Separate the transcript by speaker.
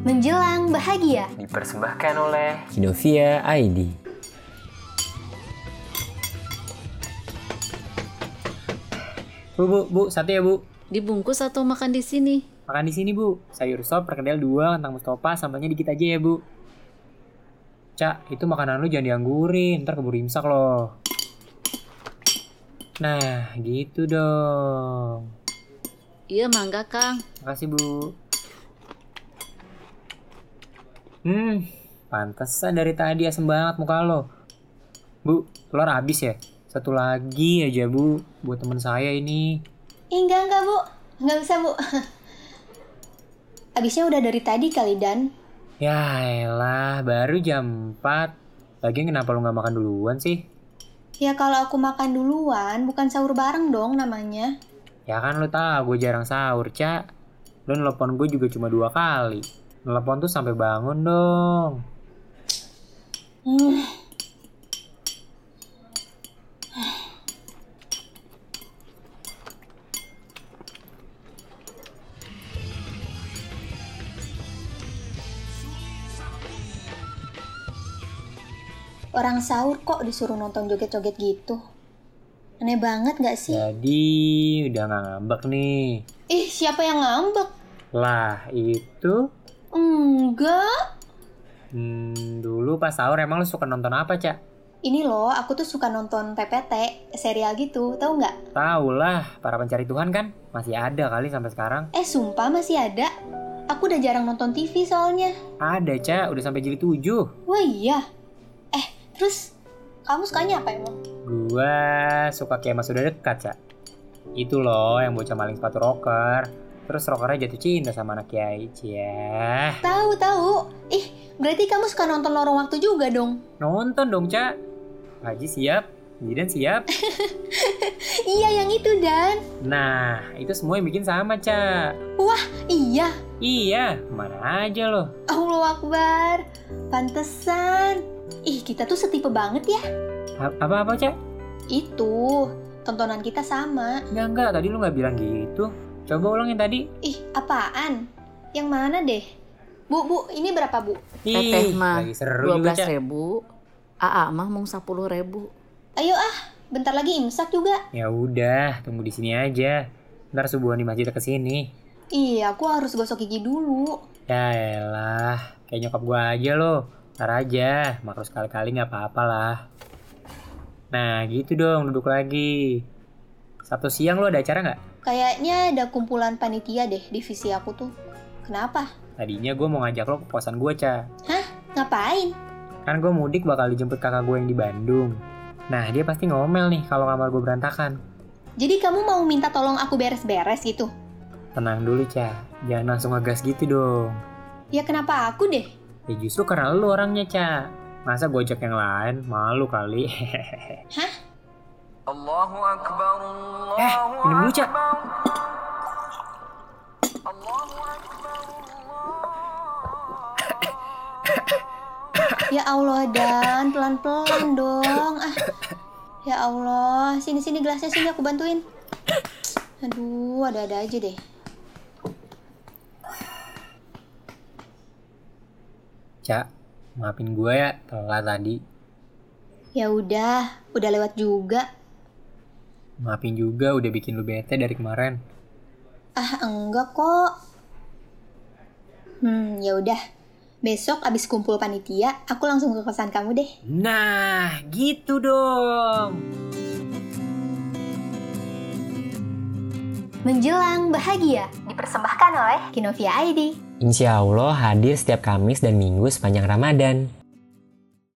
Speaker 1: Menjelang bahagia.
Speaker 2: Dipersembahkan oleh
Speaker 3: Kinovia ID. Bu, bu, bu, satu ya bu.
Speaker 4: Dibungkus atau makan di sini?
Speaker 3: Makan di sini bu. Sayur sop, perkedel dua, kentang mustopa, sambalnya dikit aja ya bu. Cak, itu makanan lu jangan dianggurin, ntar keburu imsak loh. Nah, gitu dong.
Speaker 4: Iya, mangga, Kang.
Speaker 3: Makasih bu. Hmm, pantesan dari tadi asem banget muka lo. Bu, telur habis ya? Satu lagi aja bu, buat temen saya ini.
Speaker 1: Ih, enggak, enggak, Bu. Enggak bisa, Bu. Abisnya udah dari tadi kali, Dan.
Speaker 3: Ya elah, baru jam 4. Lagian kenapa lu nggak makan duluan sih?
Speaker 1: Ya kalau aku makan duluan, bukan sahur bareng dong namanya.
Speaker 3: Ya kan lu tahu gue jarang sahur, Cak. Lu nelpon gue juga cuma dua kali. Nelpon tuh sampai bangun dong.
Speaker 1: Hmm. Orang sahur kok disuruh nonton joget-joget gitu? Aneh banget gak sih?
Speaker 3: Jadi udah nggak ngambek nih.
Speaker 1: Ih, siapa yang ngambek?
Speaker 3: Lah itu
Speaker 1: Enggak.
Speaker 3: hmm, dulu pas sahur emang lu suka nonton apa, Cak?
Speaker 1: Ini loh, aku tuh suka nonton PPT, serial gitu, tahu nggak?
Speaker 3: Tahu lah, para pencari Tuhan kan masih ada kali sampai sekarang.
Speaker 1: Eh, sumpah masih ada. Aku udah jarang nonton TV soalnya.
Speaker 3: Ada, Cak, udah sampai jilid 7.
Speaker 1: Wah iya. Eh, terus kamu sukanya apa emang?
Speaker 3: Gua suka kayak mas udah dekat, Cak. Itu loh yang bocah maling sepatu rocker. Terus rockernya jatuh cinta sama anak kiai, Cia.
Speaker 1: Tahu tahu. Ih, berarti kamu suka nonton lorong waktu juga dong.
Speaker 3: Nonton dong, Cak. Haji siap, Jidan siap.
Speaker 1: Iya, yang itu dan.
Speaker 3: Nah, itu semua yang bikin sama, Cak.
Speaker 1: Iya.
Speaker 3: Iya, kemana aja loh.
Speaker 1: Allah Akbar. Pantesan. Ih, kita tuh setipe banget ya.
Speaker 3: A- Apa-apa, Cak?
Speaker 1: Itu tontonan kita sama.
Speaker 3: Enggak, enggak. Tadi lu nggak bilang gitu. Coba ulang yang tadi.
Speaker 1: Ih, apaan? Yang mana deh? Bu, bu, ini berapa, Bu?
Speaker 4: Teteh mah,
Speaker 3: lagi seru
Speaker 4: Dua
Speaker 3: juga,
Speaker 4: belas ya.
Speaker 3: Cak.
Speaker 4: ribu. AA mah mung sepuluh ribu.
Speaker 1: Ayo ah, bentar lagi imsak juga.
Speaker 3: Ya udah, tunggu di sini aja. Ntar subuhan di masjid ke sini.
Speaker 1: Iya, aku harus gosok gigi dulu.
Speaker 3: Ya elah, kayak nyokap gua aja loh. Ntar aja, makro sekali-kali nggak apa-apa lah. Nah gitu dong, duduk lagi. Sabtu siang lo ada acara nggak?
Speaker 1: Kayaknya ada kumpulan panitia deh divisi aku tuh. Kenapa?
Speaker 3: Tadinya gua mau ngajak lo ke kosan gua, Ca.
Speaker 1: Ngapain?
Speaker 3: Kan gua mudik bakal dijemput kakak gua yang di Bandung. Nah dia pasti ngomel nih kalau kamar gua berantakan.
Speaker 1: Jadi kamu mau minta tolong aku beres-beres gitu?
Speaker 3: Tenang dulu, Ca. Jangan langsung ngegas gitu dong.
Speaker 1: Ya kenapa aku deh?
Speaker 3: Ya justru karena lu orangnya, Ca. Masa gua ajak yang lain? Malu kali.
Speaker 2: Allahu Akbar Allahu
Speaker 3: Eh, minum dulu, Cak.
Speaker 2: Akbar. Allahu Akbar
Speaker 1: Ya Allah dan pelan-pelan dong. Ah. Ya Allah, sini-sini gelasnya sini aku bantuin. Aduh, ada-ada aja deh.
Speaker 3: Cak, maafin gue ya telat tadi.
Speaker 1: Ya udah, udah lewat juga.
Speaker 3: Maafin juga udah bikin lu bete dari kemarin.
Speaker 1: Ah, enggak kok. Hmm, ya udah. Besok abis kumpul panitia, aku langsung ke kosan kamu deh.
Speaker 3: Nah, gitu dong.
Speaker 1: Menjelang bahagia dipersembahkan oleh Kinovia ID.
Speaker 3: Insya Allah hadir setiap Kamis dan Minggu sepanjang Ramadan.